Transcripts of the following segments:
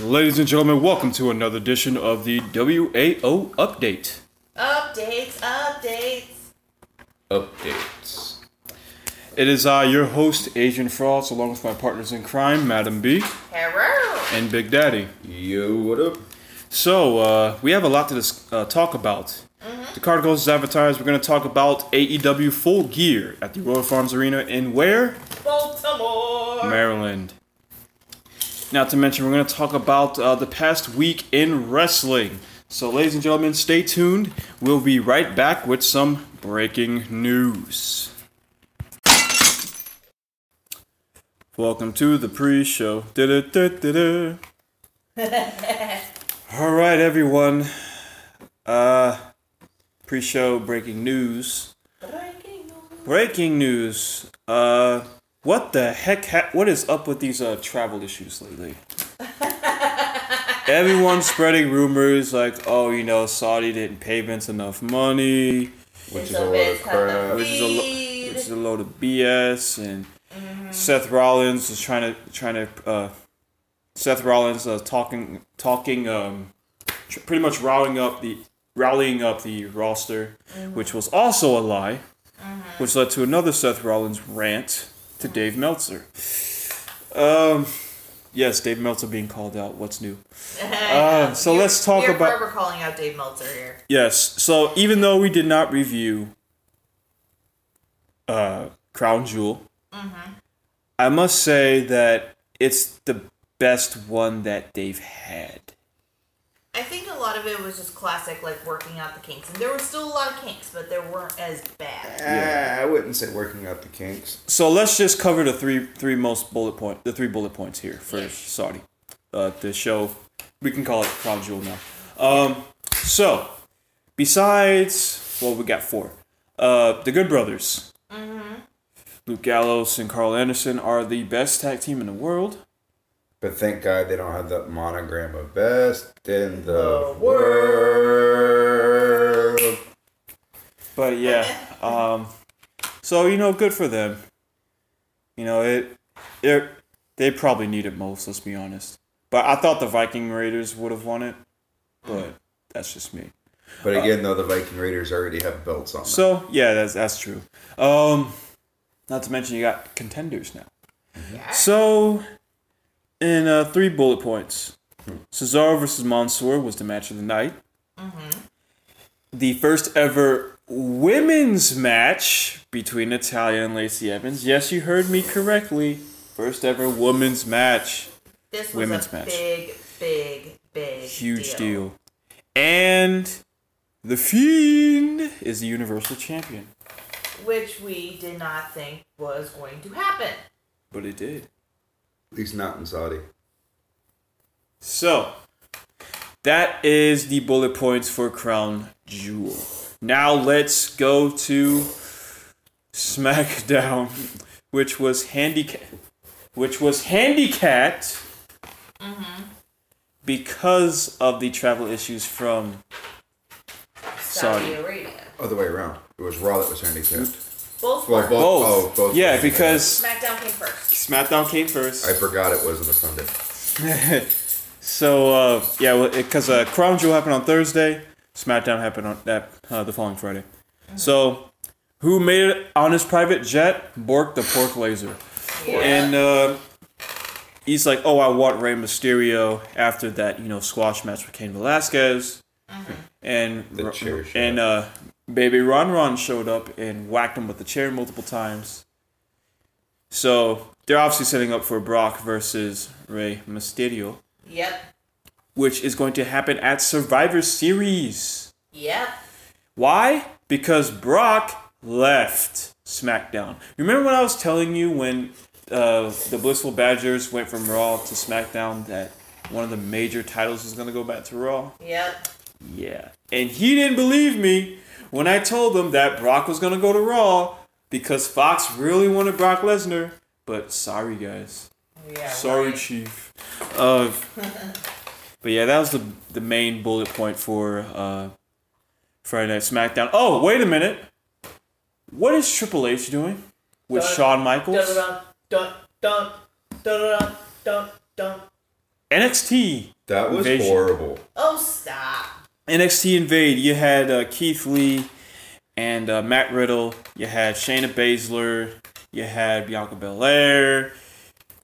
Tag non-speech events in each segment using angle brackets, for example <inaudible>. Ladies and gentlemen, welcome to another edition of the WAO Update. Updates, updates. Updates. It is I, your host, Asian Frauds, along with my partners in crime, Madam B Hello. and Big Daddy. Yo, what up? So, uh, we have a lot to dis- uh, talk about. Mm-hmm. The card goes as advertised. We're going to talk about AEW Full Gear at the Royal Farms Arena in where? Baltimore. Maryland. Not to mention, we're going to talk about uh, the past week in wrestling. So, ladies and gentlemen, stay tuned. We'll be right back with some breaking news. Welcome to the pre show. All right, everyone. Uh, pre show breaking news. Breaking news. Breaking news. Uh, what the heck? Ha- what is up with these uh, travel issues lately? Everyone's spreading rumors like, oh, you know, Saudi didn't pay Vince enough money, Which So it's kind of which is a lo- which is a load of BS, and Mm-hmm. Seth Rollins is trying to trying to uh, Seth Rollins uh, talking talking um, tr- pretty much rallying up the rallying up the roster, Mm-hmm. which was also a lie, which led to another Seth Rollins rant to Dave Meltzer. Um, yes, Dave Meltzer being called out. What's <laughs> new? Uh, so You're- let's talk you're about- forever calling out Dave Meltzer here. Yes. So even though we did not review uh, Crown Jewel, I must say that it's the best one that they've had. I think a lot of it was just classic, like working out the kinks, and there were still a lot of kinks, but they weren't as bad. I wouldn't say working out the kinks. So let's just cover the three three most bullet point the three bullet points here for Saudi. Uh, the show we can call it Crown Jewel now. Um, so besides well we got four. Uh, the Good Brothers. Luke Gallows and Carl Anderson are the best tag team in the world. But thank God they don't have that monogram of best in the, The world. But yeah, um, so you know, good for them. You know it. It they probably need it most. Let's be honest. But I thought the Viking Raiders would have won it, but that's just me. But again, though, the Viking Raiders already have belts on them. So yeah, that's that's true. Um, not to mention you got contenders now. So, in uh, three bullet points, Cesaro versus Mansoor was the match of the night. The first ever women's match between Natalia and Lacey Evans. Yes, you heard me correctly. First ever women's match. This was Women's a match. big, big, big, Huge deal. And the Fiend is the Universal Champion. which we did not think was going to happen. But it did. At least not in Saudi. So, that is the bullet points for Crown Jewel. Now let's go to SmackDown, which was handicap, which was handicapped because of the travel issues from Saudi. Saudi Arabia. Other Oh, way around. It was Raw that was handicapped. Both Well, were. both- Both. Oh, both yeah, handicapped. because SmackDown came first. SmackDown came first. I forgot it wasn't a Sunday. So uh, yeah, because uh, Crown Jewel happened on Thursday, SmackDown happened on that uh, the following Friday. So who made it on his private jet? Bork the Pork Laser, and uh, he's like, "Oh, I want Rey Mysterio." After that, you know, squash match with Cain Velasquez, and The chair shot. and uh, baby Ron Ron showed up and whacked him with the chair multiple times. So they're obviously setting up for Brock versus Rey Mysterio Yep. which is going to happen at Survivor Series. Yep. Why? Because Brock left SmackDown. Remember when I was telling you when uh, the Blissful Badgers went from Raw to SmackDown that one of the major titles was going to go back to Raw? Yep. Yeah. And he didn't believe me when I told him that Brock was going to go to Raw because Fox really wanted Brock Lesnar. But sorry, guys. Yeah. Sorry, right. Chief. Uh, but yeah, that was the the main bullet point for uh, Friday Night SmackDown. Oh, wait a minute. What is Triple H doing with Dun- Shawn Michaels? Dun dun dun dun dun dun dun. NXT That was Invasion. horrible. Oh, stop. NXT Invade, you had uh, Keith Lee and uh, Matt Riddle. You had Shayna Baszler. You had Bianca Belair.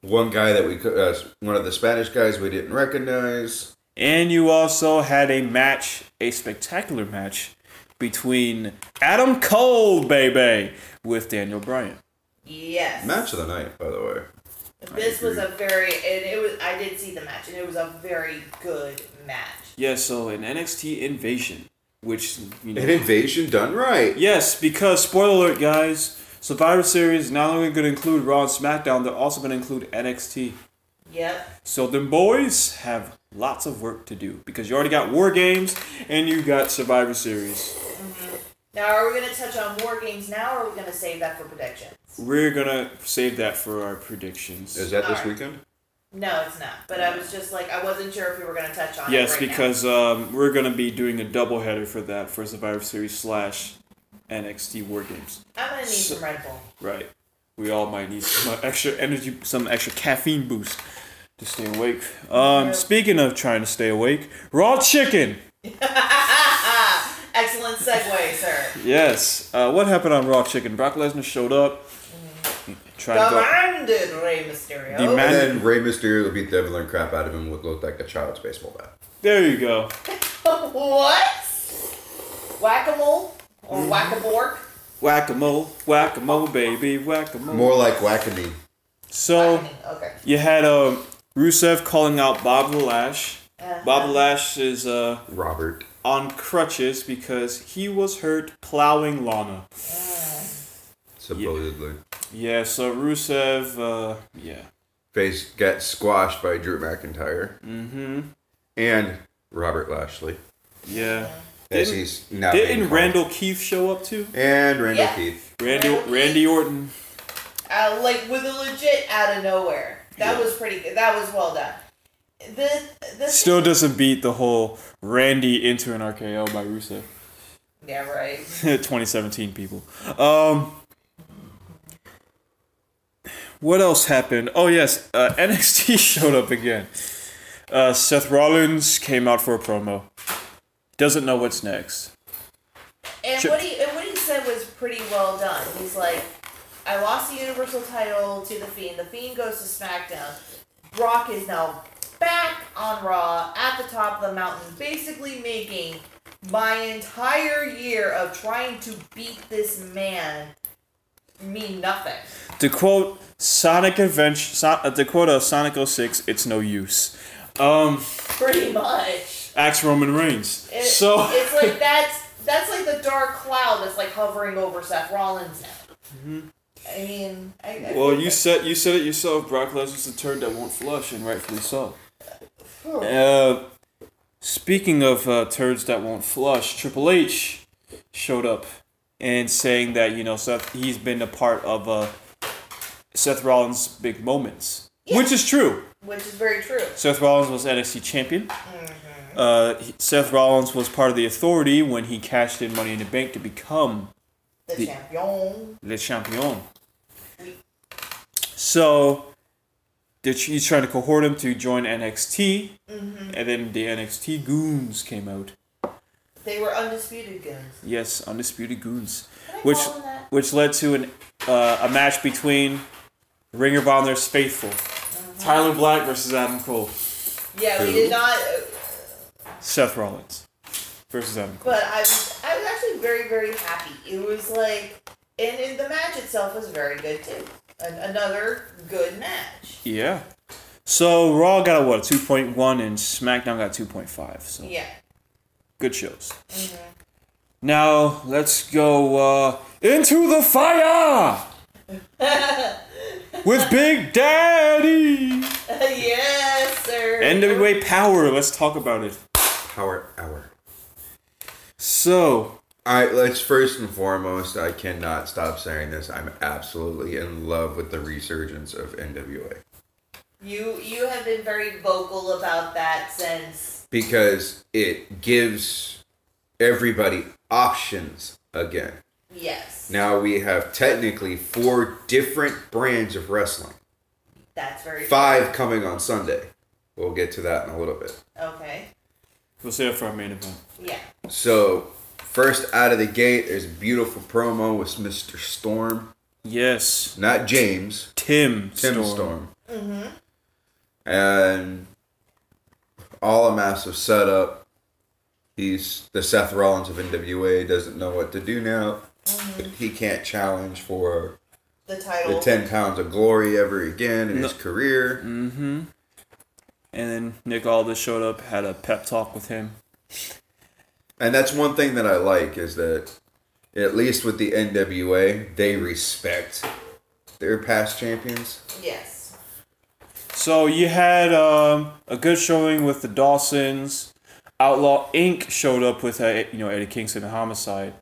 One guy that we could, uh, one of the Spanish guys we didn't recognize. And you also had a match, a spectacular match between Adam Cole, baby, with Daniel Bryan. Yes. Match of the night, by the way. This was agree. a very, and it was. I did see the match, and it was a very good match. Yeah, so an NXT Invasion, which, you know. An invasion done right. Yes, because spoiler alert, guys. Survivor Series not only going to include Raw and SmackDown, they're also going to include NXT. Yep. So them boys have lots of work to do because you already got War Games and you got Survivor Series. Now, are we gonna touch on war games now, or are we gonna save that for predictions? We're gonna save that for our predictions. Is that this Alright. weekend? No, it's not. But I was just like, I wasn't sure if we were gonna touch on. it yes, right now. because um, we're gonna be doing a doubleheader for that for Survivor Series slash NXT War Games. I'm gonna need So- some Red Bull. Right. We all might need some <laughs> extra energy, some extra caffeine boost to stay awake. Um, speaking of trying to stay awake, raw chicken. <laughs> Excellent segue, sir. Yes. Uh, what happened on Raw Chicken? Brock Lesnar showed up. Mm-hmm. Tried to go. Demanded Rey Mysterio. Demand- And then Rey Mysterio beat the ever living crap out of him with looked like a child's baseball bat. There you go. <laughs> what? Whack a mole or Mm-hmm. whack a bork? Whack a mole, whack a mole, baby, whack a mole. More like whackity. So Okay. you had um, Rusev calling out Bob Lash. Uh-huh. Bob Lash is uh, Robert. on crutches because he was hurt plowing Lana. Supposedly. Yeah, so Rusev, uh, yeah. Face got squashed by Drew McIntyre. Mm-hmm. And Robert Lashley. Yeah. As Didn't- he's now being Didn't called. Randall Keith show up too? and Randall Yeah. Keith. Randy Randall Keith. Randy Orton. uh, like with a legit out of nowhere. That was pretty good. That was well done. The the Still doesn't beat the whole Randy into an RKO by Rusev. <laughs> yeah right. 2017 people. Um, what else happened? Oh yes, uh, <laughs> NXT showed up again. Uh, Seth Rollins came out for a promo. Doesn't know what's next. And Sure. what he and what he said was pretty well done. He's like, I lost the Universal title to the Fiend. The Fiend goes to SmackDown. Brock is now back on Raw at the top of the mountain, basically making my entire year of trying to beat this man mean nothing. <laughs> To quote Sonic Adventure, Son- uh, to quote uh, Sonic 06, it's no use. Um, Pretty much. axe Roman Reigns. It- so it's <laughs> like that's that's like the dark cloud that's like hovering over Seth Rollins now. Mm-hmm. I mean, I, I <laughs> Well, think you that- said you said it yourself. Brock Lesnar's the turd that won't flush, and rightfully so. Phew. Uh, speaking of uh, turds that won't flush, Triple H showed up and saying that you know Seth he's been a part of uh, Seth Rollins' big moments, which is true. which is very true. Seth Rollins was NXT champion. Uh, he- Seth Rollins was part of the Authority when he cashed in Money in the Bank to become The, The- champion. Le Champion. So, they're tr- he's trying to cohort him to join NXT, and then the NXT goons came out. They were undisputed goons. Yes, undisputed goons, Can I which call them that? which led to an uh, a match between Ringer Vonner's faithful, Tyler Black versus Adam Cole, Yeah, we Who? did not. Seth Rollins versus Adam Cole. But I was I was actually very very happy. It was like, and, and the match itself was very good too. An, another good match. Yeah. So Raw got a what two point one and SmackDown got two point five. So Yeah. <laughs> good shows. Now let's go uh, into the fire with Big Daddy yes, sir. NWA Power. Let's talk about it. Power hour. So I let's first and foremost, I cannot stop saying this. I'm absolutely in love with the resurgence of NWA. You you have been very vocal about that since Because it gives everybody options again. yes. Now we have technically four different brands of wrestling. That's very Five coming on Sunday. We'll get to that in a little bit. Okay. We'll save it for our main event. Yeah. So, first out of the gate, there's a beautiful promo with Mr. Storm, Yes, not James, Tim. Tim Storm. Storm. And all a massive setup. He's the Seth Rollins of NWA, doesn't know what to do now. He can't challenge for The the title. 10 pounds of glory ever again in his No. career. And then Nick Aldis showed up, had a pep talk with him. And that's one thing that I like is that at least with the NWA, they respect their past champions. yes. So you had um, a good showing with the Dawsons. Outlaw Inc. showed up with uh, you know Eddie Kingston and Homicide,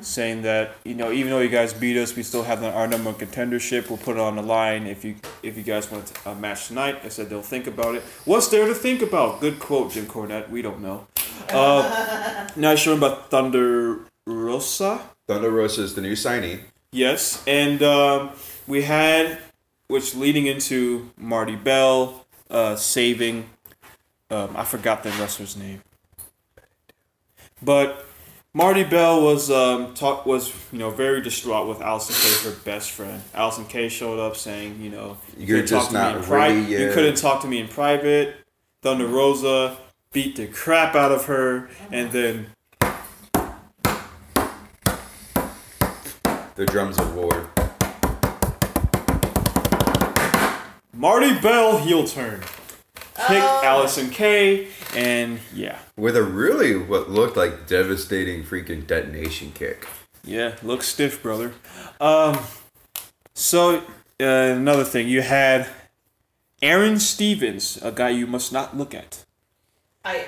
saying that you know even though you guys beat us, we still have our number one contendership. We'll put it on the line if you if you guys want a match tonight. I said they'll think about it. What's there to think about? Good quote, Jim Cornette. We don't know. Uh, now showing about Thunder Rosa. Thunder Rosa is the new signee. Yes, and um, we had, which leading into Marty Bell uh, saving, um, I forgot the wrestler's name, but Marty Bell was um, talk was you know very distraught with Allison Kay, her best friend. Allison Kay showed up saying, you know, you You're couldn't talk just to me not in pri- ready You yet." couldn't talk to me in private. Thunder Rosa beat the crap out of her, and then The drums of war. Marty Bell heel turn. Pick Oh. Allison K and yeah. With a really what looked like devastating freaking detonation kick. Yeah, looks stiff, brother. Um so uh, another thing, you had Aaron Stevens, a guy you must not look at, I.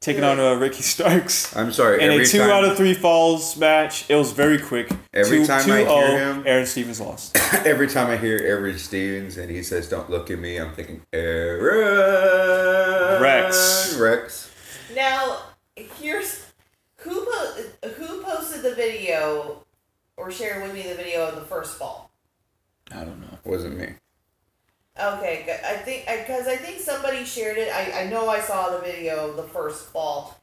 taking on uh, Ricky Starks. I'm sorry, In a every two time out of three falls match, it was very quick. Every two, time I 2-0, hear him- Aaron Stevens lost. <laughs> <coughs> every time I hear Eric Stevens and he says don't look at me, I'm thinking Eric Rex. Rex. Now here's who po- who posted the video or shared with me the video of the first fall. I don't know. Wasn't me. Okay, g- I think because I think somebody shared it. I, I know I saw the video of the first fall.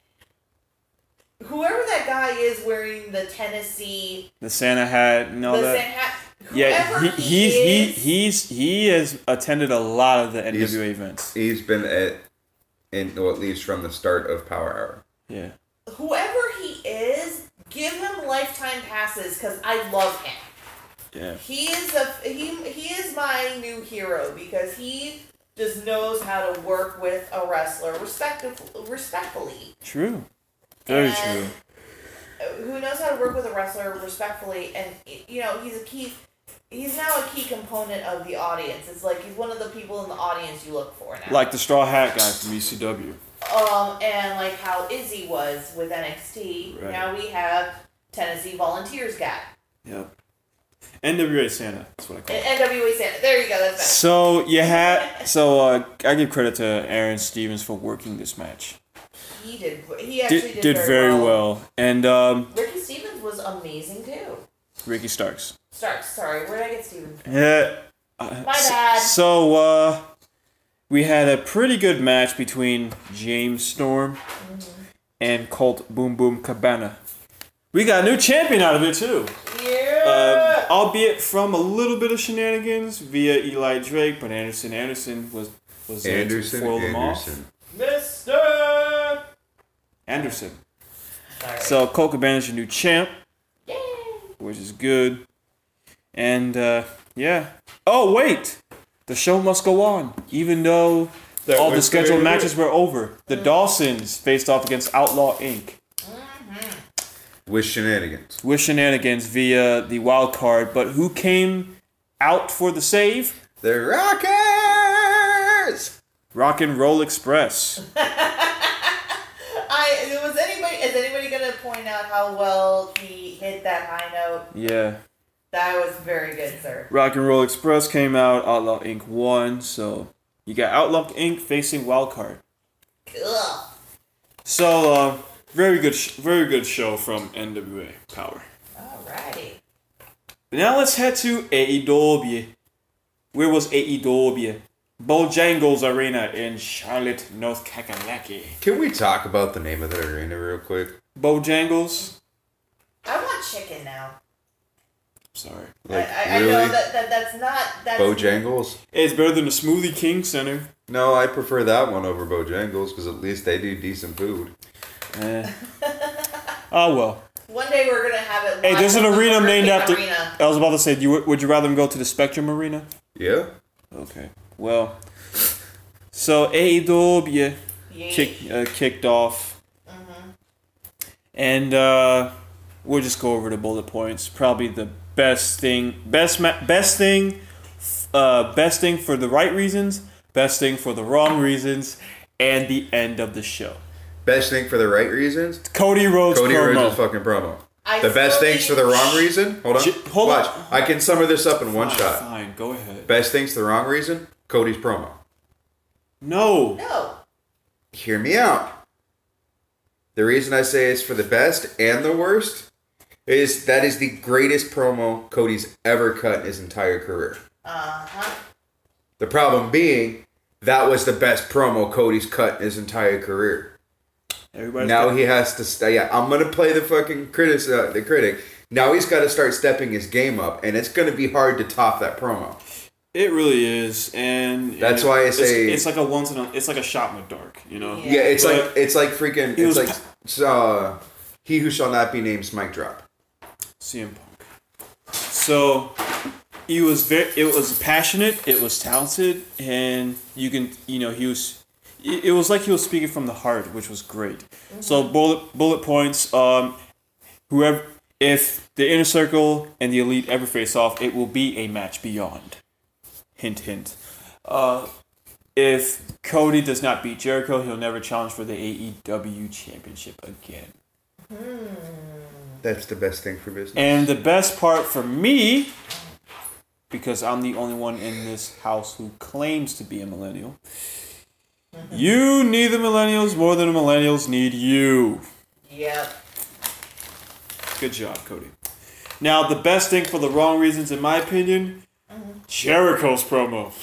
Whoever that guy is wearing the Tennessee The Santa hat and all the that. San hat, yeah, whoever he, he, he's, he, is, he's, he has attended a lot of the NWA He's- events. He's been at in well, at least from the start of Power Hour. Yeah. whoever he is, give him lifetime passes because I love him. Yeah. He is a he. He is my new hero because he just knows how to work with a wrestler respectful, respectfully. True. Very And- true. Who knows how to work with a wrestler respectfully, and you know he's a key. He's now a key component of the audience. It's like he's one of the people in the audience you look for now. Like the straw hat guy from E ECW. um, and like how Izzy was with NXT. Right. Now we have Tennessee Volunteers guy, Yep. NWA Santa. That's what I call. and it. NWA Santa. There you go. That's better. So you had so uh, I give credit to Aaron Stevens for working this match. He did. He actually Did, did, did very well, and um, Ricky Stevens was amazing too. Ricky Starks. Starks, sorry, where did I get Steven? Yeah. My bad. So uh, we had a pretty good match between James Storm Mm-hmm. and Colt Boom Boom Cabana. We got a new champion out of it too. Um, Yeah. albeit from a little bit of shenanigans via Eli Drake, but Anderson Anderson was was there to Anderson foil them off. Anderson. Mister. Anderson. Sorry. So Cole Cabana's your new champ, Yay. which is good. And uh, yeah. Oh wait, the show must go on, even though That all the was scheduled very matches were over. The Dawsons faced off against Outlaw Inc. With shenanigans. with shenanigans via the wild card, but who came out for the save? The Rockers! Rock and Roll Express. I was anybody is anybody gonna point out how well he hit that high note? Yeah. That was very good, sir. Rock and Roll Express came out, Outlaw Inc. won, so you got Outlaw Inc. facing Wildcard. Ugh. So, uh, very good, sh- very good show from NWA Power. Alrighty. E Now let's head to AEW. Where was AEW? E Bojangles Arena in Charlotte, North Kakalaki. Can we talk about the name of that arena real quick? Bojangles? I want chicken now. Sorry. Like I, I, really, I know that, that that's not that's Bojangles? It's better than the Smoothie King Center. No, I prefer that one over Bojangles because at least they do decent food. Eh. <laughs> oh well. One day we're gonna have it. Hey, live there's an from the arena freaking named after. arena. I was about to say, do you, would you rather them go to the Spectrum Arena? Yeah. Okay. Well, so AEW Yeah. kick, uh, kicked off. Mm-hmm. And uh, we'll just go over the bullet points. Probably the best thing, best ma- best thing, uh, best thing for the right reasons, best thing for the wrong reasons, and the end of the show. Best thing for the right reasons. Cody Rhodes Cody promo. Rhodes' fucking promo. I the best still things for think- <laughs> the wrong reason. Hold on. J- hold on. Watch. I can summer this up in one Fine, shot. Ah, Fine, go ahead. Best things for the wrong reason. Cody's promo. No. No, Hear me out. The reason I say it's for the best and the worst is that is the greatest promo Cody's ever cut in his entire career. uh huh. The problem being that was the best promo Cody's cut in his entire career. Everybody's now got- he has to st- yeah i'm gonna play the fucking critic uh, the critic now he's got to start stepping his game up and it's gonna be hard to top that promo It really is, and That's you know, why I it's- say- it's, like a once in a it's like a shot in the dark, you know. Yeah. yeah, it's But- like it's like freaking He it's was like uh, he who shall not be named mic drop CM Punk. So he was very, it was passionate, it was talented, and you can, you know, he was, it it was like he was speaking from the heart, which was great. So bullet bullet points. Um, whoever, if the inner circle and the elite ever face off, it will be a match beyond. Hint, hint. Uh, if Cody does not beat Jericho, he'll never challenge for the AEW championship again. that's the best thing for business And the best part for me, because I'm the only one in this house who claims to be a millennial, you need the millennials more than the millennials need you. Yep. Good job, Cody. Now, the best thing for the wrong reasons, in my opinion, Jericho's promo,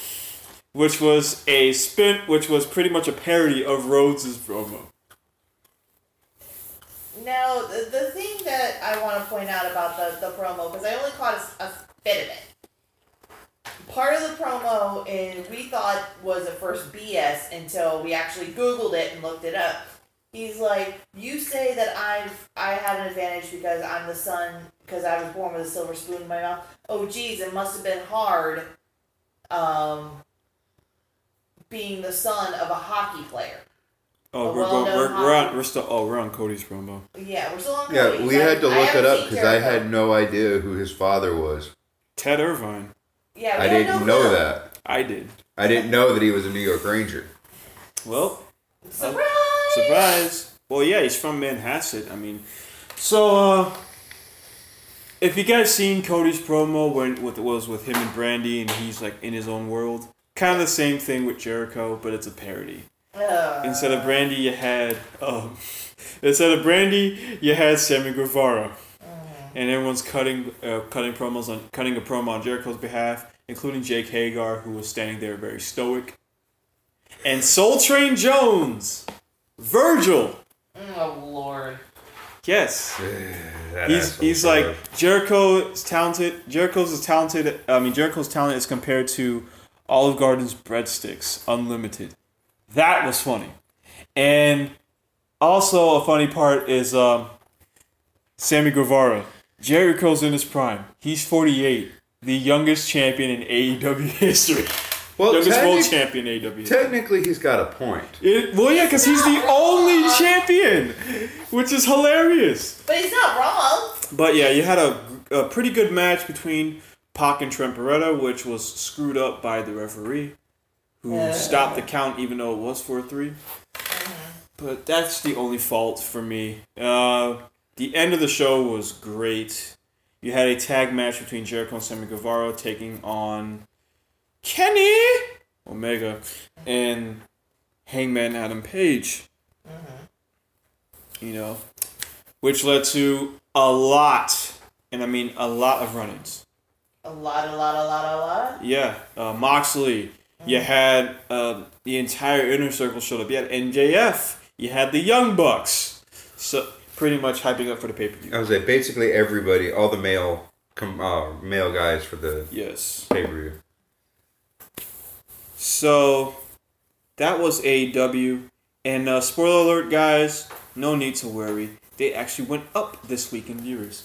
which was a spin, which was pretty much a parody of Rhodes's promo. Now the, the thing that I want to point out about the the promo because I only caught a s- a, bit of it. Part of the promo in we thought was at first BS until we actually Googled it and looked it up. He's like, you say that I've I have an advantage because I'm the son because I was born with a silver spoon in my mouth. Oh geez, it must have been hard, um, being the son of a hockey player. Oh, A we're, going, well-known we're, we're on, hobby. we're still, oh, we're on Cody's promo. Yeah, we're still on. yeah Cody's. we I- had to I look it haven't up seen because i Jericho. had no idea who his father was Ted Irvine. Yeah, we i had didn't no know clue. that I did. i didn't know that he was a new york ranger Well, Surprise! Surprise! Well, yeah, he's from Manhasset. I mean, so uh, if you guys seen Cody's promo when with was with him and Brandy, and he's like in his own world, kind of the same thing with Jericho, but it's a parody. Ugh. Instead of Brandy, you had um, instead of Brandy, you had Sammy Guevara, and everyone's cutting uh, cutting promos on cutting a promo on Jericho's behalf, including Jake Hagar, who was standing there very stoic, and Soul Train Jones, Virgil. oh lord. Yes. That He's, asshole he's showed like up. Jericho is talented. Jericho's is talented. I mean Jericho's talent is compared to Olive Garden's breadsticks, unlimited. That was funny, and also a funny part is um, Sammy Guevara. Jericho's in his prime. He's forty eight, the youngest champion in AEW <laughs> history. well youngest world technic- champion in AEW. technically he's got a point It- well, yeah, because he's the only champion, which is hilarious. But he's not wrong. But yeah, you had a, a pretty good match between Pac and Tremperetta, which was screwed up by the referee, who Yeah. stopped the count even though it was 4 3. But that's the only fault for me. Uh, the end of the show was great. You had a tag match between Jericho and Sammy Guevara taking on Kenny Omega and Hangman Adam Page. You know, which led to a lot, and I mean a lot of run-ins. A lot, a lot, a lot, a lot. Yeah, uh, Moxley You had uh, the entire inner circle showed up. You had MJF. You had the Young Bucks. So pretty much hyping up for the pay per view. I was like, basically everybody, all the male, com- uh, male guys for the Yes. pay per view. So that was AEW. And uh, spoiler alert, guys, no need to worry. They actually went up this week in viewers.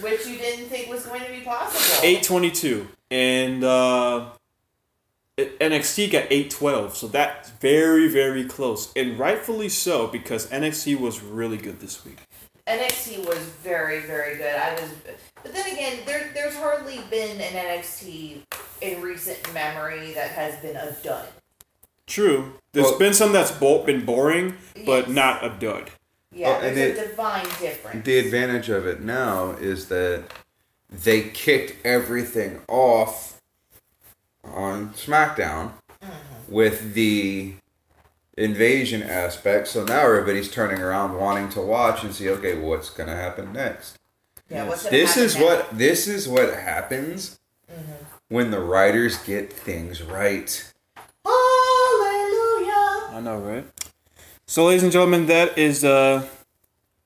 which you didn't think was going to be possible. 822. And uh, NXT got 812. So that's very, very close. And rightfully so, because NXT was really good this week. NXT was very, very good. I was, but then again, there, there's hardly been an NXT in recent memory that has been a dud. True. There's Well- been some that's bo- been boring, but Yes. not a dud. Yeah, Oh, and there's it- a divine difference. The advantage of it now is that they kicked everything off on SmackDown Mm-hmm. with the invasion aspect. So now everybody's turning around wanting to watch and see, okay, what's going to happen next? yeah, what's gonna This happen Mm-hmm. is now? what this is what happens when the writers get things right. Hallelujah. I know, right? So, ladies and gentlemen, that is uh,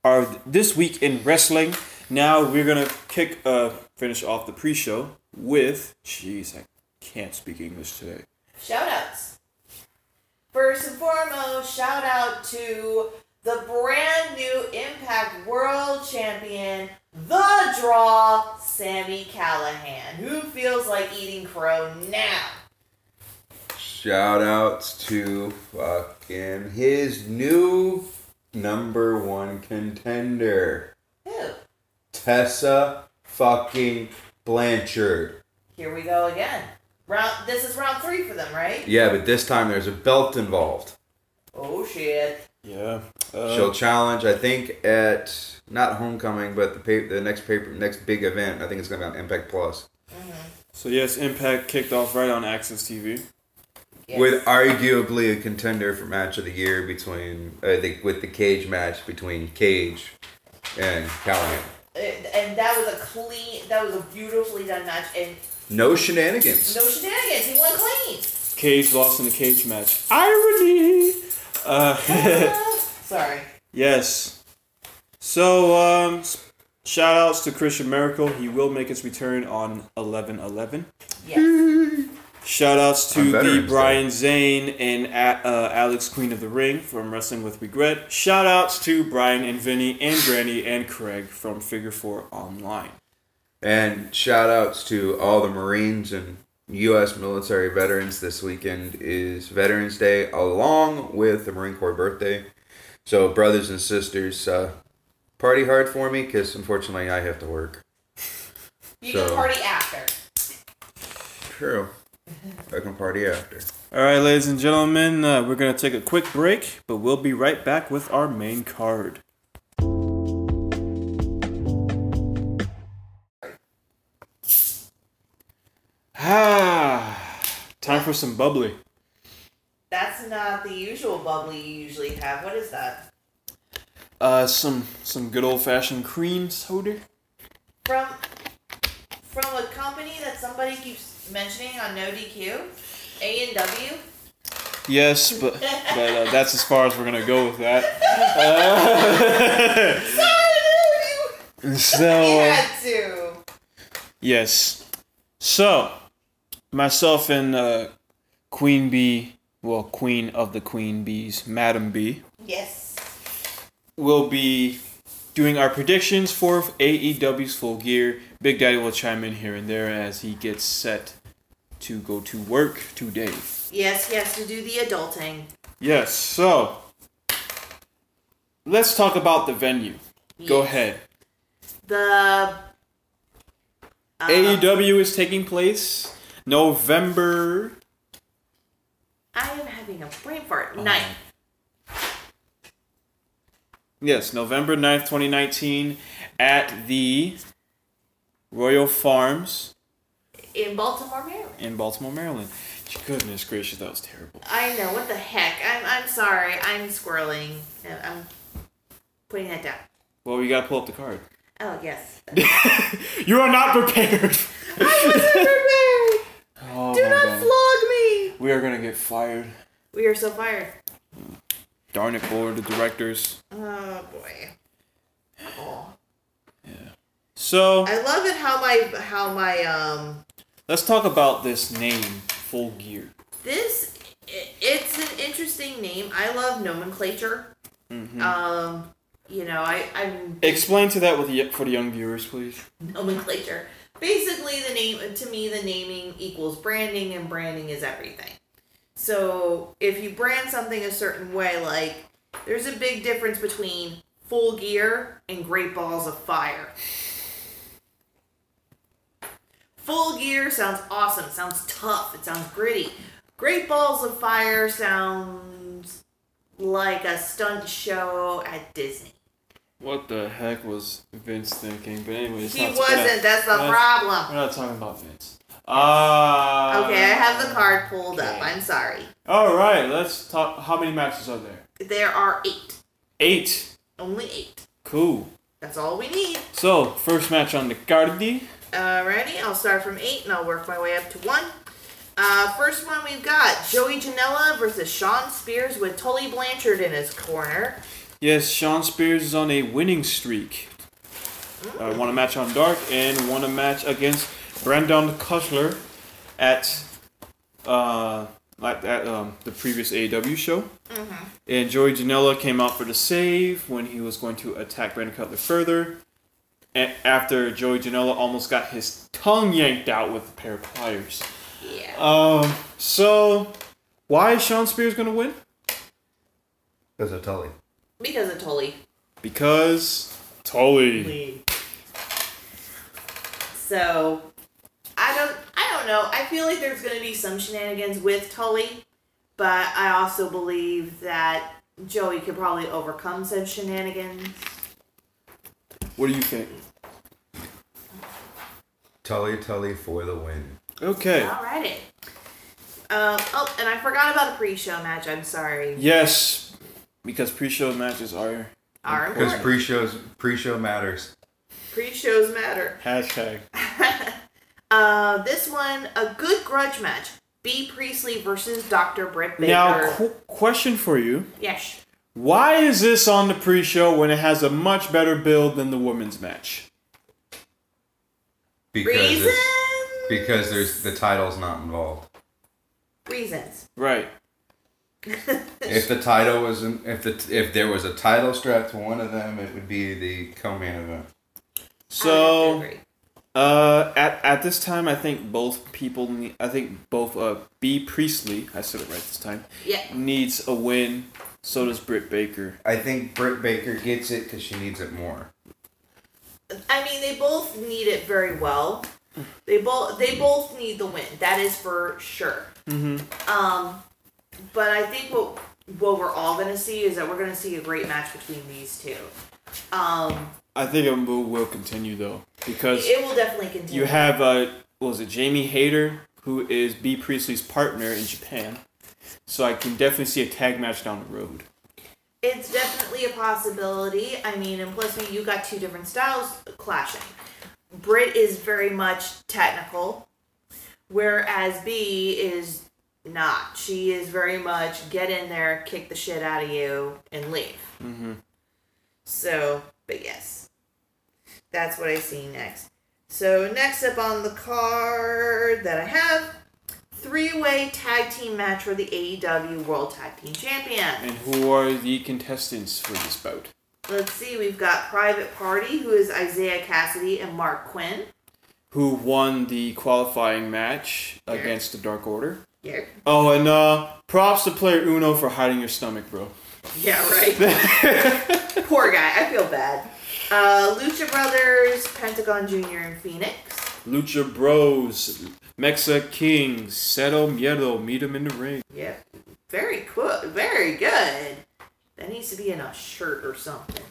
our this week in wrestling. Now we're gonna kick uh, finish off the pre-show with. Jeez, I can't speak English today. Shout outs. First and foremost, shout out to the brand new Impact World Champion, The Draw, Sammy Callahan, who feels like eating crow now. Shout outs to fucking his new number one contender, Who? Tessa fucking Blanchard. Here we go again. Round. This is round three for them, right? Yeah, but this time there's a belt involved. Oh shit. Yeah. Uh, She'll challenge, I think, at not homecoming, but the pay, the next paper, next big event. I think it's gonna be on Impact Plus. so yes, Impact kicked off right on Access TV. Yes. with arguably a contender for match of the year between uh, the, with the cage match between Cage and Callahan. And- and that was a clean. That was a beautifully done match, and No shenanigans. no shenanigans. He won <laughs> clean. Cage lost in a cage match. Irony. Uh, <laughs> Sorry. Yes. So, um, shout outs to Christian Miracle. He will make his return on 11 11. Yes. Shout outs On to the Veterans Brian Zane and A- uh, Alex Queen of the Ring from Wrestling with Regret. Shout outs to Brian and Vinny and Granny and Craig from Figure 4 Online. And shout outs to all the Marines and U.S. military veterans. This weekend is Veterans Day along with the Marine Corps birthday. So, brothers and sisters, uh, party hard for me because unfortunately I have to work. You So- can party after. True. I can party after. All right, ladies and gentlemen, uh, we're going to take a quick break, but we'll be right back with our main card. Ah, time for some bubbly. That's not the usual bubbly you usually have. What is that? Uh, some some good old fashioned cream soda. From from a company that somebody keeps mentioning on No DQ, A and W. Yes, but but uh, that's as far as we're gonna go with that. Uh, <laughs> We so. had to. Yes. So, myself and uh, Queen Bee, well, Queen of the Queen Bees, Madam Bee, Yes. will be doing our predictions for AEW's full gear. Big Daddy will chime in here and there as he gets set to go to work today. Yes, yes, to do the adulting. Yes, so let's talk about the venue. Go Yes. ahead. The uh, AEW E is taking place November I am having a brain fart. Night. Yes, November 9th, 2019, at the Royal Farms in Baltimore, Maryland. in Baltimore, Maryland. Goodness gracious, that was terrible. I know. What the heck? I'm I'm sorry. I'm squirreling. and I'm putting that down. Well, we gotta pull up the card. Oh yes. You are not prepared! I wasn't prepared. <laughs> Oh, Do not flog me. We are gonna get fired. We are so fired. Darn it, board of directors. Oh boy. Oh. So I love it how my how my um let's talk about this name, Full Gear. this i- it's an interesting name. I love nomenclature. Um, you know, I I'm Explain to that with the, for the young viewers, please. nomenclature. Basically, the name to me, the naming equals branding, and branding is everything. So if you brand something a certain way, like there's a big difference between full gear and great balls of fire. Full gear sounds awesome, sounds tough, it sounds gritty. Great balls of fire sounds like a stunt show at Disney. What the heck was Vince thinking? But anyway, it's He not, wasn't, we're not- that's the that's- problem. We're not talking about Vince. Ah. Okay, I have the card pulled up. Okay. I'm sorry. All right, let's talk. How many matches are there? There are eight. Eight. Only eight. Cool. That's all we need. So first match on the Cardi. Alrighty, I'll start from eight and I'll work my way up to one. Uh, first one we've got Joey Janela versus Sean Spears with Tully Blanchard in his corner. Yes, Sean Spears is on a winning streak. Uh, won a match on Dark and won a match against Brandon Cutler at uh like at um, the previous AEW show. And Joey Janela came out for the save when he was going to attack Brandon Cutler further. And after Joey Janela almost got his tongue yanked out with a pair of pliers. Yeah. Um, so why is Sean Spears gonna win? Because of Tully. Because of Tully. Because Tully. So I don't I don't know. I feel like there's gonna be some shenanigans with Tully, but I also believe that Joey could probably overcome some shenanigans. What do you think? Tully, Tully for the win. Okay. Alrighty. Um, oh, and I forgot about a pre-show match. I'm sorry. Yes, because pre-show matches are Our Because important. pre-shows, pre-show matters. pre-shows matter. hashtag. Uh, this one, a good grudge match. B. Priestley versus Dr. Britt Baker. Now, qu- question for you: yes. Why is this on the pre-show when it has a much better build than the women's match? Because it's- Reasons. because there's the title's not involved. reasons. Right. If the title was in, if the if there was a title strapped to one of them, it would be the co-main event. I So, agree. uh, at at this time, I think both people. Need, I think both uh B Priestley. I said it right this time. yeah. Needs a win. So does Britt Baker. I think Britt Baker gets it because she needs it more. I mean, they both need it very well. They both they both need the win. That is for sure. Mm-hmm. Um, but I think what what we're all gonna see is that we're gonna see a great match between these two. Um, I think it will, will continue though because it will definitely continue. You have uh, what was it Jamie Hayter, who is B Priestley's partner in Japan. So I can definitely see a tag match down the road. it's definitely a possibility. I mean, and plus you got two different styles clashing. Brit is very much technical, whereas B is not. She is very much get in there, kick the shit out of you, and leave. Mm-hmm. So, but yes, that's what I see next. So next up on the card that I have, three-way tag team match for the AEW World Tag Team Champion. And who are the contestants for this bout? Let's see, we've got Private Party, who is Isaiah Cassidy and Mark Quinn. Who won the qualifying match against the Dark Order? Yeah, Oh, and uh, props to player Uno for hiding your stomach, bro. yeah <laughs> right. Poor guy, I feel bad. Uh, Lucha Brothers, Pentagon Jr., and Phoenix. Lucha Bros, Mexa Kings, Seto Miedo, meet him in the ring. Yep. Very cool. Very good. That needs to be in a shirt or something.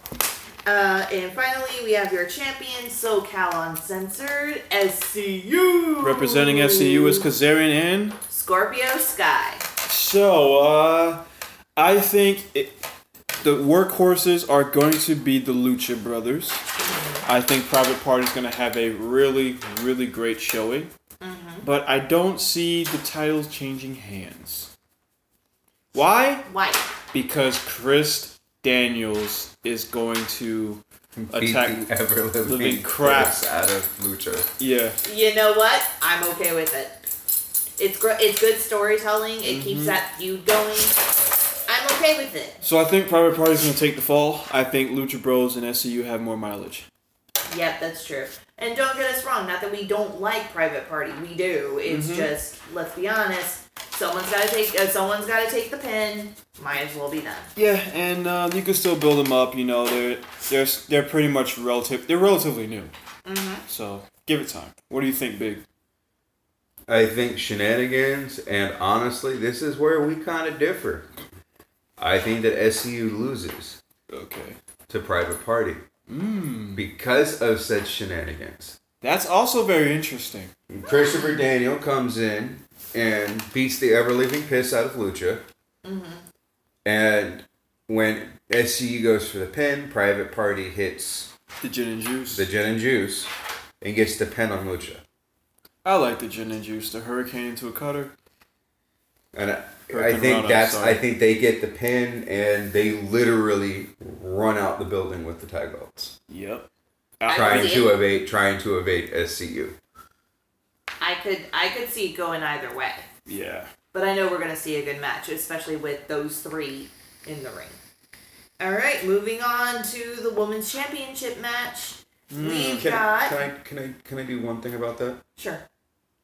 Uh, and finally, we have your champion, SoCal Uncensored, SCU. Representing FCU is Kazarian and Scorpio Sky. So, uh, I think it, the workhorses are going to be the Lucha Brothers. I think Private Party is going to have a really, really great showing. but I don't see the titles changing hands. Why? Why? Because Chris Daniels is going to Beat attack. the ever living living crap. out of Lucha. Yeah, You know what? I'm okay with it. It's gr- it's good storytelling. It Mm-hmm. keeps that feud going. I'm okay with it. so I think Private Party's gonna take the fall. I think Lucha Bros and SCU have more mileage. Yep, that's true. And don't get us wrong, not that we don't like Private Party, we do. It's Mm-hmm. just let's be honest. Someone's got to take. Uh, someone's got to take the pin. Might as well be done. Yeah, and uh, you can still build them up. You know, they're they're s- they're pretty much relative. They're relatively new. So give it time. What do you think, Big? I think shenanigans, and honestly, this is where we kind of differ. I think that SCU loses Okay. to Private Party Hmm. because of said shenanigans. That's also very interesting. Christopher Daniel comes in and beats the ever living piss out of Lucha. Mm-hmm. And when SCU goes for the pin, Private Party hits The gin and juice. the gin and juice and gets the pin on Lucha. I like the gin and juice. The hurricane into a cutter. And I, I Hurricane think Rana, that's sorry. I think they get the pin and they literally run out the building with the tag belts. Yep. Trying see to it. evade trying to evade SCU. I could I could see it going either way, Yeah. but I know we're gonna see a good match, especially with those three in the ring. All right, moving on to the women's championship match. We've Mm, Can, got I- can I can I can I do one thing about that? sure.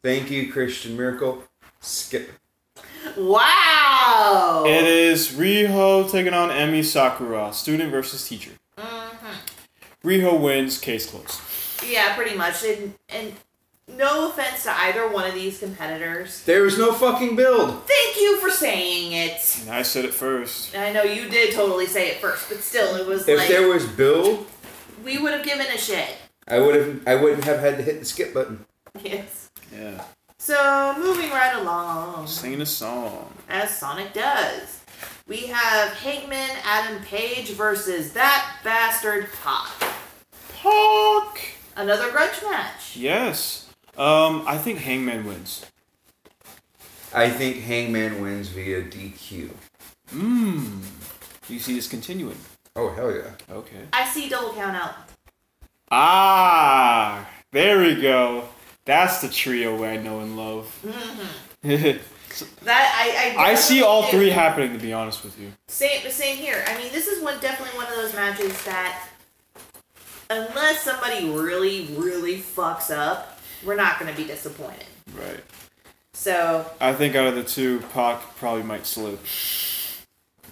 Thank you, Christian Miracle. Skip Wow. It is Riho taking on Emmy Sakura, student versus teacher. Riho wins, case closed. Mm-hmm. Yeah, pretty much. And and no offense to either one of these competitors. There was no fucking build. Thank you for saying it. And I said it first. I know you did totally say it first, but still, it was If like there was build, we would have given a shit. <laughs> I would have. I wouldn't have had to hit the skip button. Yes. Yeah. So moving right along, Singing a song. as Sonic does, we have Hangman Adam Page versus that bastard Pop. Punk! Another grudge match. Yes. Um, I think Hangman wins. I think Hangman wins via DQ. Mmm. Do you see this continuing? Oh hell yeah! Okay. I see double count out. Ah, there we go. That's the trio I know and love. That I <laughs> I, I see all definitely three do. happening, to be honest with you. Same, same here. I mean, this is one definitely one of those matches that, unless somebody really, really fucks up, we're not going to be disappointed. Right. So, I think out of the two, Pac probably might slip.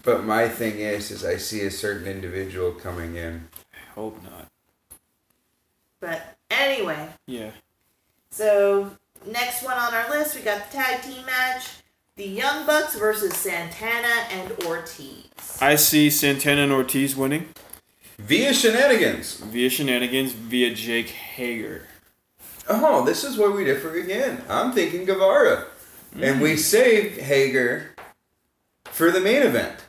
But my thing is, is I see a certain individual coming in. Hope not. but anyway, Yeah. so next one on our list, we got the tag team match, the Young Bucks versus Santana and Ortiz. I see Santana and Ortiz winning Via shenanigans. via shenanigans via Jake Hager. Oh, this is where we differ again. I'm thinking Guevara, and we saved Hager for the main event.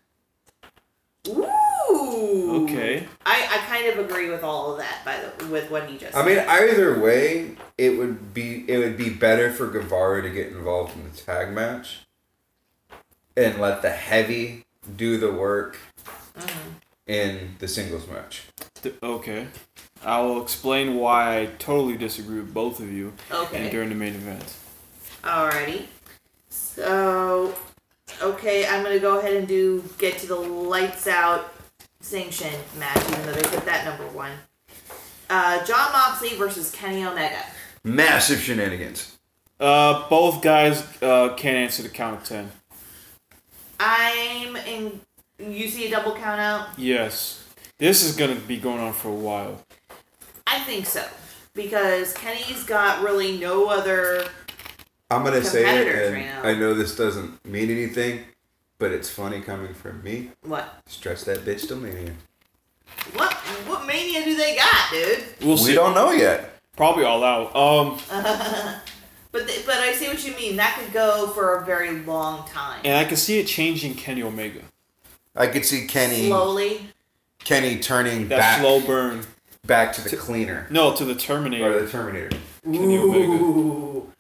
Ooh. Okay. I, I kind of agree with all of that by the with what he just. I mean, either way, it would be it would be better for Guevara to get involved in the tag match and let the heavy do the work Mm-hmm. in the singles match. Th- okay. I will explain why I totally disagree with both of you Okay. and during the main event. Alrighty. So, okay, I'm gonna go ahead and do get to the lights out sanction match, even though they put that number one. Uh, John Moxley versus Kenny Omega. Massive shenanigans. Uh, both guys uh, can't answer the count of ten. I'm in. You see a double count out? Yes. This is gonna be going on for a while. I think so because Kenny's got really no other. I'm gonna say it, Competitors and right now. I know this doesn't mean anything, but it's funny coming from me. What? Stress that bitch till mania. What? What mania do they got, dude? We'll We see. don't know yet. Probably all out. Um, But th- but I see what you mean. That could go for a very long time. and I can see it changing Kenny Omega. I could see Kenny Slowly. Kenny turning That back slow burn. back to the cleaner No, to the or Terminator. the Terminator. Kenny Omega. Ooh.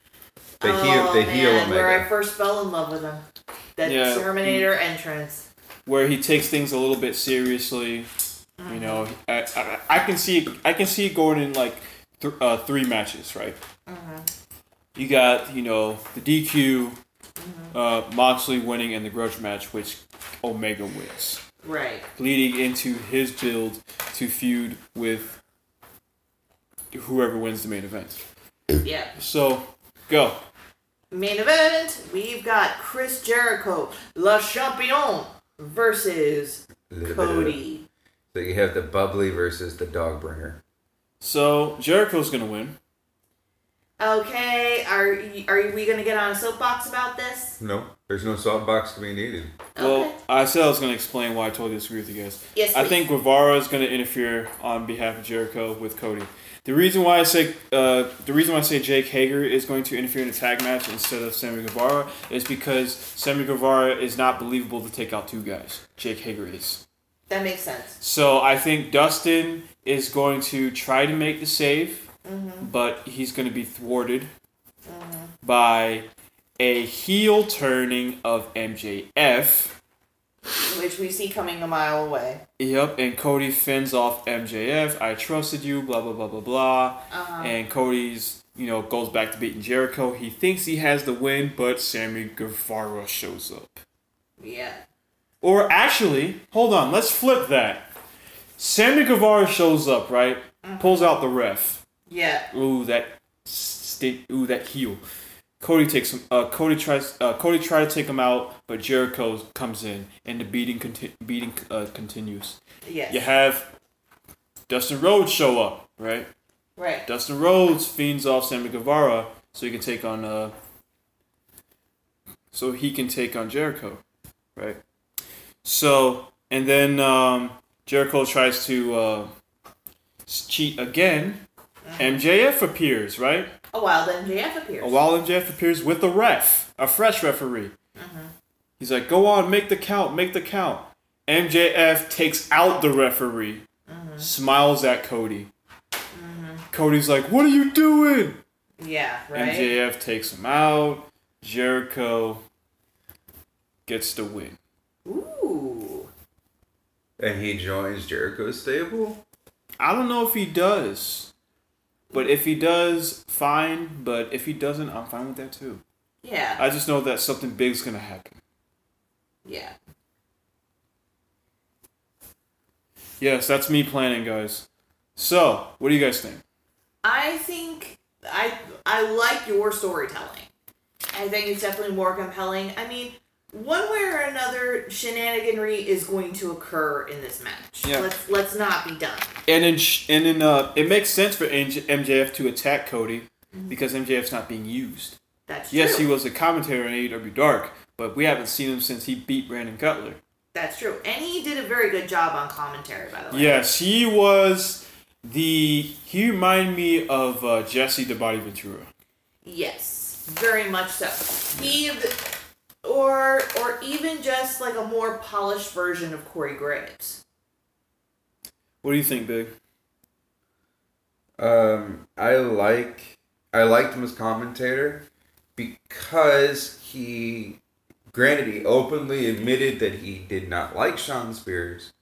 The heel, oh, the man, heel where I Omega. first fell in love with him. That Yeah. Terminator entrance. where he takes things a little bit seriously. You know, I, I, I can see I can see it going in like th- uh, three matches, right? You got you know the DQ, uh, Moxley winning in the grudge match, which Omega wins, Right. leading into his build to feud with whoever wins the main event. Yeah. So go. Main event, we've got Chris Jericho, Le Champion, versus A little bit of- Cody. So you have the bubbly versus the dog bringer. So Jericho's gonna win. Okay, are y- are we gonna get on a soapbox about this? No, there's no softbox to be needed. Well, Okay. I said I was going to explain why I totally disagree with you guys. Yes, I please. think Guevara is going to interfere on behalf of Jericho with Cody. The reason why I say uh, the reason why I say Jake Hager is going to interfere in a tag match instead of Sammy Guevara is because Sammy Guevara is not believable to take out two guys. Jake Hager is. That makes sense. So I think Dustin is going to try to make the save, but he's going to be thwarted by a heel turning of MJF. Which we see coming a mile away. Yep, and Cody fends off MJF. I trusted you, blah blah blah blah blah. And Cody's, you know, goes back to beating Jericho. He thinks he has the win, but Sammy Guevara shows up. Yeah. Or actually, hold on, let's flip that. Sammy Guevara shows up, right? Pulls out the ref. Yeah. Ooh, that stick. Ooh, that heel. Cody takes him. Uh, Cody tries. Uh, Cody tried to take him out, but Jericho comes in, and the beating conti- beating uh, continues Yes. you have Dustin Rhodes show up, right? Right. Dustin Rhodes fiends off Sammy Guevara so he can take on uh so he can take on Jericho, right? So and then um, Jericho tries to uh, s- cheat again. MJF appears, right? A wild MJF appears. A while MJF appears with a ref, a fresh referee. He's like, go on, make the count, make the count. MJF takes out the referee, smiles at Cody. Cody's like, what are you doing? Yeah. Right. MJF takes him out. Jericho gets the win. Ooh. And he joins Jericho's stable. I don't know if he does. But if he does, fine. But if he doesn't, I'm fine with that too. Yeah. I just know that something big's gonna happen. yeah. Yes, that's me planning, guys. So, what do you guys think? I think I I like your storytelling. I think it's definitely more compelling. I mean, one way or another, shenaniganry is going to occur in this match. Yeah. Let's let's not be done. And in sh- and in uh, it makes sense for NJ- MJF to attack Cody because MJF's not being used. That's Yes, true. he was a commentator on AEW Dark, but we haven't seen him since he beat Brandon Cutler. That's true. And he did a very good job on commentary, by the way. Yes, he was the he reminded me of uh, Jesse the Body Ventura. Yes, very much so. He or or even just like a more polished version of Corey Graves. What do you think, Big? Um, I like I liked him as commentator because he, granted, he openly admitted that he did not like Sean Spears,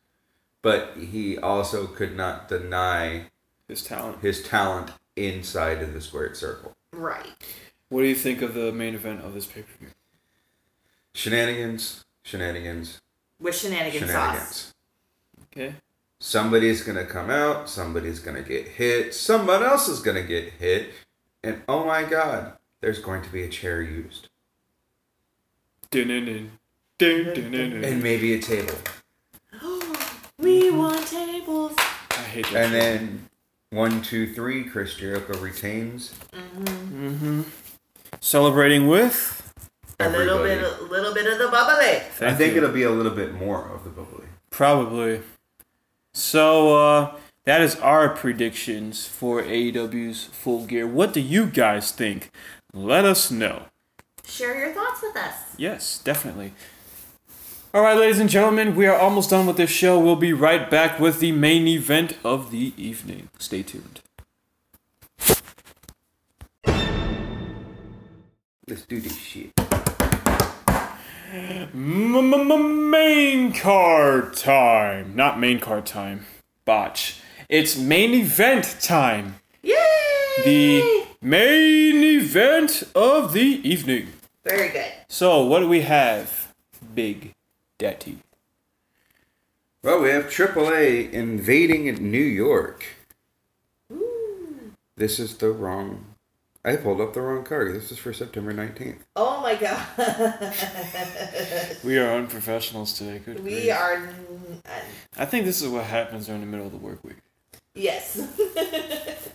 but he also could not deny His talent. his talent inside of the squared circle. Right. What do you think of the main event of this pay per view? Shenanigans, shenanigans, With shenanigan sauce. <gasps> shenanigans. Okay. somebody's gonna come out, somebody's gonna get hit, someone else is gonna get hit, and oh my god, there's going to be a chair used. Dun-dun-dun. Dun-dun-dun-dun. And maybe a table. we Mm-hmm. want tables. I hate that. And then one, two, three, Chris Jericho retains. Celebrating with. A little Everybody. bit, a little bit of the bubbly. I Thank think you. it'll be a little bit more of the bubbly. Probably. So uh, that is our predictions for AEW's Full Gear. What do you guys think? Let us know. Share your thoughts with us. Yes, definitely. All right, ladies and gentlemen, we are almost done with this show. We'll be right back with the main event of the evening. Stay tuned. Let's do this shit. Main card time. Not main card time. Botch. It's main event time. Yay! The main event of the evening. Very good. So, what do we have? Big Daddy. Well, we have AAA invading New York. This is the wrong. I pulled up the wrong card. This is for September 19th. Oh my god. <laughs> We are unprofessionals today. Good we grief. are. n- uh, I think this is what happens during the middle of the work week. yes. <laughs>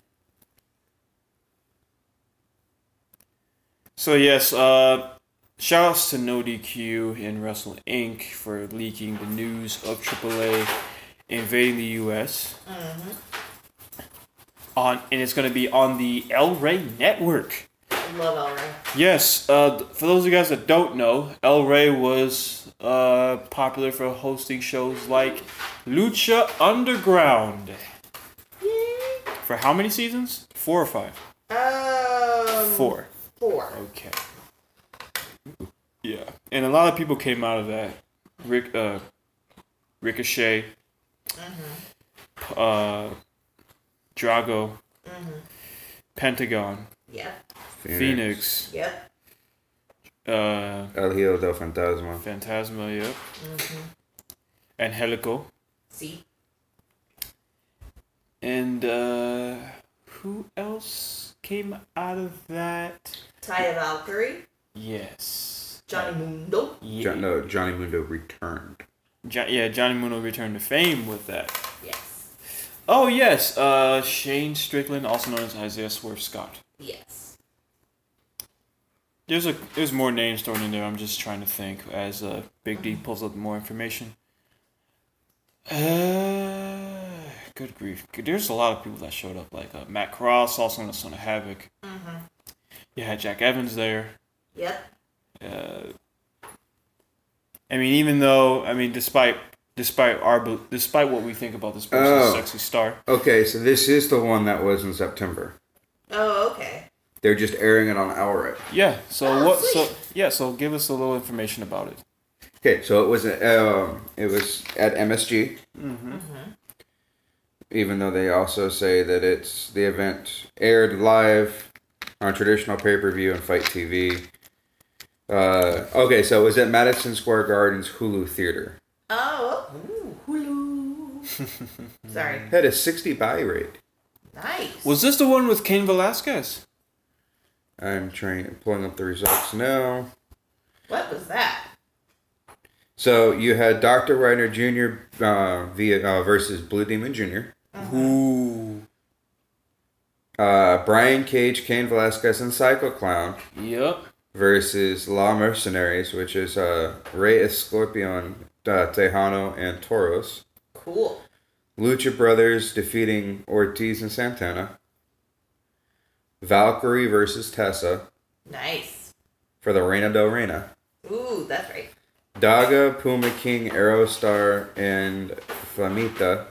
So yes, uh, shoutouts to No DQ and Wrestle Inc. for leaking the news of AAA invading the U.S. Mm-hmm. On and it's going to be on the El Rey Network. I love El Rey. Yes, uh, th- for those of you guys that don't know, El Rey was uh, popular for hosting shows like Lucha Underground. Yay. For how many seasons? Four or five? Um, Four. Four. Okay. Yeah, and a lot of people came out of that. Rick, uh, Ricochet, uh, Drago, Pentagon, Yep. Phoenix, Yep. uh, El Hijo del Fantasma. Phantasma, yep, Mm-hmm. Angelico, See? and uh, who else came out of that? Taya Valkyrie. Yes, Johnny Mundo. Yeah, Jo- no, Johnny Mundo returned. Jo- yeah, Johnny Mundo returned to fame with that. Yes. Oh yes, uh, Shane Strickland, also known as Isaiah Swerve Scott. Yes. There's a there's more names thrown in there. I'm just trying to think as uh, Big D pulls up more information. Uh, good grief! There's a lot of people that showed up, like uh, Matt Cross, also known as Son of Havoc. Mm-hmm. You had Jack Evans there. Yep. Uh, I mean, even though I mean, despite despite our bel- despite what we think about this person, Oh. sexy star. Okay, so this is the one that was in September. Oh, okay. They're just airing it on our Yeah. So Oh, what? sweet. So yeah. So give us a little information about it. Okay, so it was um, it was at MSG. Mm-hmm. Even though they also say that it's the event aired live on traditional pay per view and Fight TV. Uh, okay, so it was at Madison Square Garden's Hulu Theater. Oh, ooh, <laughs> hulu. Sorry. Had a sixty buy rate. Nice. Was this the one with Kane Velasquez? I'm trying pulling up the results now. what was that? So you had Dr. Reiner Jr. Uh, via, uh, versus Blue Demon Jr. Mm-hmm. Ooh. Uh, Brian Cage, Kane Velasquez, and Psycho Clown. Yep. versus La Mercenaries, which is uh, Rey Escorpion, uh, Tejano, and Toros. Cool. Lucha Brothers defeating Ortiz and Santana. Valkyrie versus Tessa Nice. for the Reina del Reina. Ooh, that's right. Daga, Puma King, Aerostar, and Flamita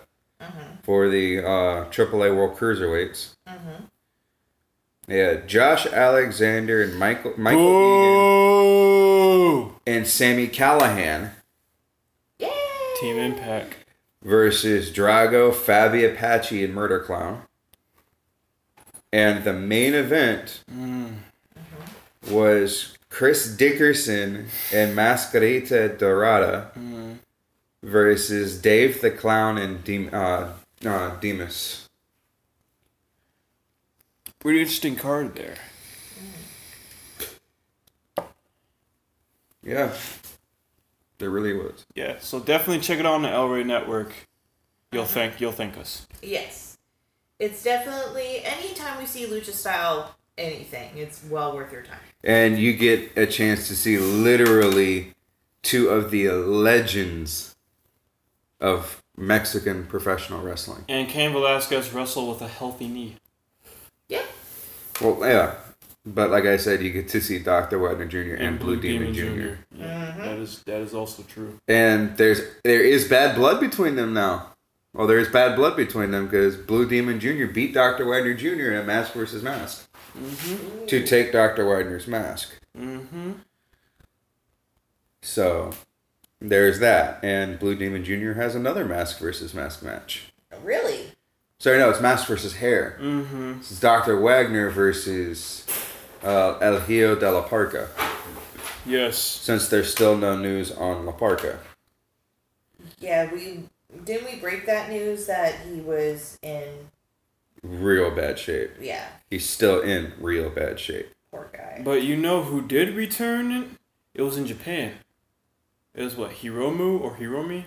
for the uh, AAA World Cruiserweights. Yeah, Josh Alexander and Michael Michael Egan Ooh. and Sammy Callahan Yay! Team Impact. versus Drago, Fabi Apache, and Murder Clown. And the main event was Chris Dickerson and Mascarita Dorada versus Dave the Clown and Dem- uh, uh, Demas. Pretty interesting card there. Yeah. There really was. Yeah. So definitely check it out on the El Rey Network. You'll thank you'll thank us. Yes. It's definitely anytime we see lucha style anything, it's well worth your time. And you get a chance to see literally two of the legends of Mexican professional wrestling. And Cain Velasquez wrestle with a healthy knee. Yeah. Well, yeah, but like I said, you get to see Doctor Wagner Jr. and, Blue, Demon, Jr. Yeah, that is that is also true. And there's there is bad blood between them now. Well, there is bad blood between them because Blue Demon Jr. Mm-hmm. beat Doctor Wagner Jr. in a mask versus mask to take Doctor Wagner's mask. Mm-hmm. So there's that. And Blue Demon Jr. has another mask versus mask match. Really? Sorry, no, it's mask versus hair. Mm-hmm. This is Dr. Wagner versus uh, El Hijo de la Parca, Yes. since there's still no news on La Parca. Yeah, we didn't we break that news that he was in Real bad shape. yeah, He's still in real bad shape. poor guy. But you know who did return it? It was in Japan. It was what, Hiromu or Hiromi?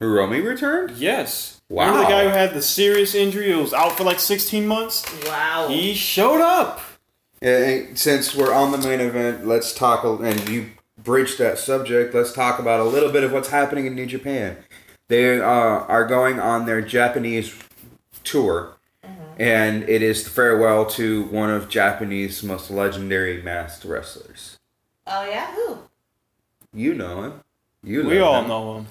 Hiromi returned? Yes. Remember Wow. the guy who had the serious injury who was out for like 16 months? Wow. He showed up. Yeah, and since we're on the main event, let's talk. a- And you breached that subject. Let's talk about a little bit of what's happening in New Japan. They uh, are going on their Japanese tour, and it is the farewell to one of Japanese most legendary masked wrestlers. oh yeah, who? You know him. You We all him. know him.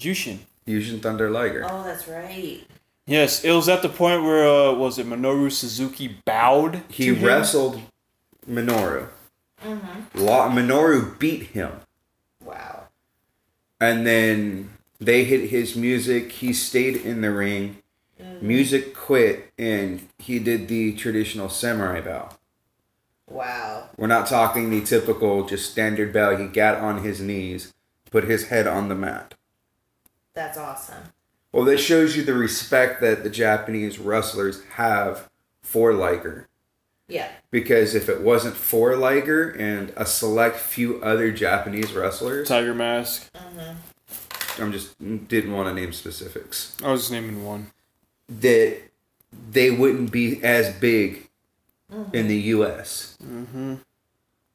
Jushin. Yujin Thunder Liger. Oh, that's right. Yes, it was at the point where, uh, was it Minoru Suzuki bowed? he to him? Mm-hmm. wrestled Minoru. Lo- Minoru beat him. Wow. and then they hit his music. He stayed in the ring. Mm-hmm. Music quit, and he did the traditional samurai bow. Wow. We're not talking the typical, just standard bow. He got on his knees, put his head on the mat. That's awesome. Well, that shows you the respect that the Japanese wrestlers have for Liger. Yeah. Because if it wasn't for Liger and a select few other Japanese wrestlers, Tiger Mask. I'm just didn't want to name specifics. I was just naming one. that they wouldn't be as big in the U.S. Mm-hmm.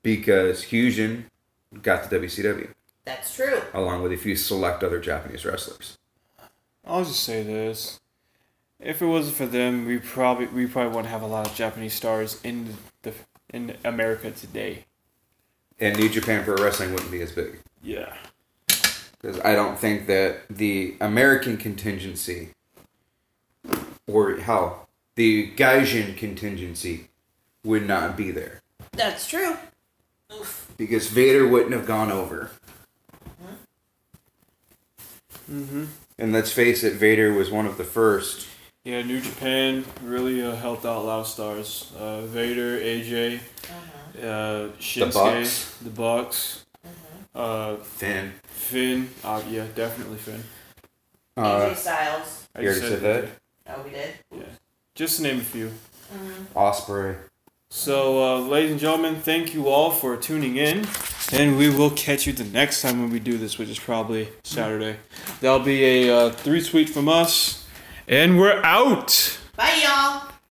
because Fusion got the WCW That's true. along with a few select other Japanese wrestlers. I'll just say this. If it wasn't for them, we probably we probably wouldn't have a lot of Japanese stars in the in America today. And New Japan Pro Wrestling wouldn't be as big Yeah. because I don't think that the American contingency or hell, the Gaijin contingency would not be there That's true. because Vader wouldn't have gone over. Mhm. And let's face it, Vader was one of the first Yeah, New Japan really uh, helped out a lot of stars. Uh, Vader, AJ, uh, Shinsuke, Bucks. the Bucks, uh, Finn. Finn. Uh, yeah, definitely Finn. Uh, AJ Styles. I You just already said that? Oh, we did. Just to name a few. Osprey. So, uh, ladies and gentlemen, thank you all for tuning in, and we will catch you the next time when we do this, which is probably Saturday. That'll be a uh, three tweet from us, and we're out. Bye, y'all.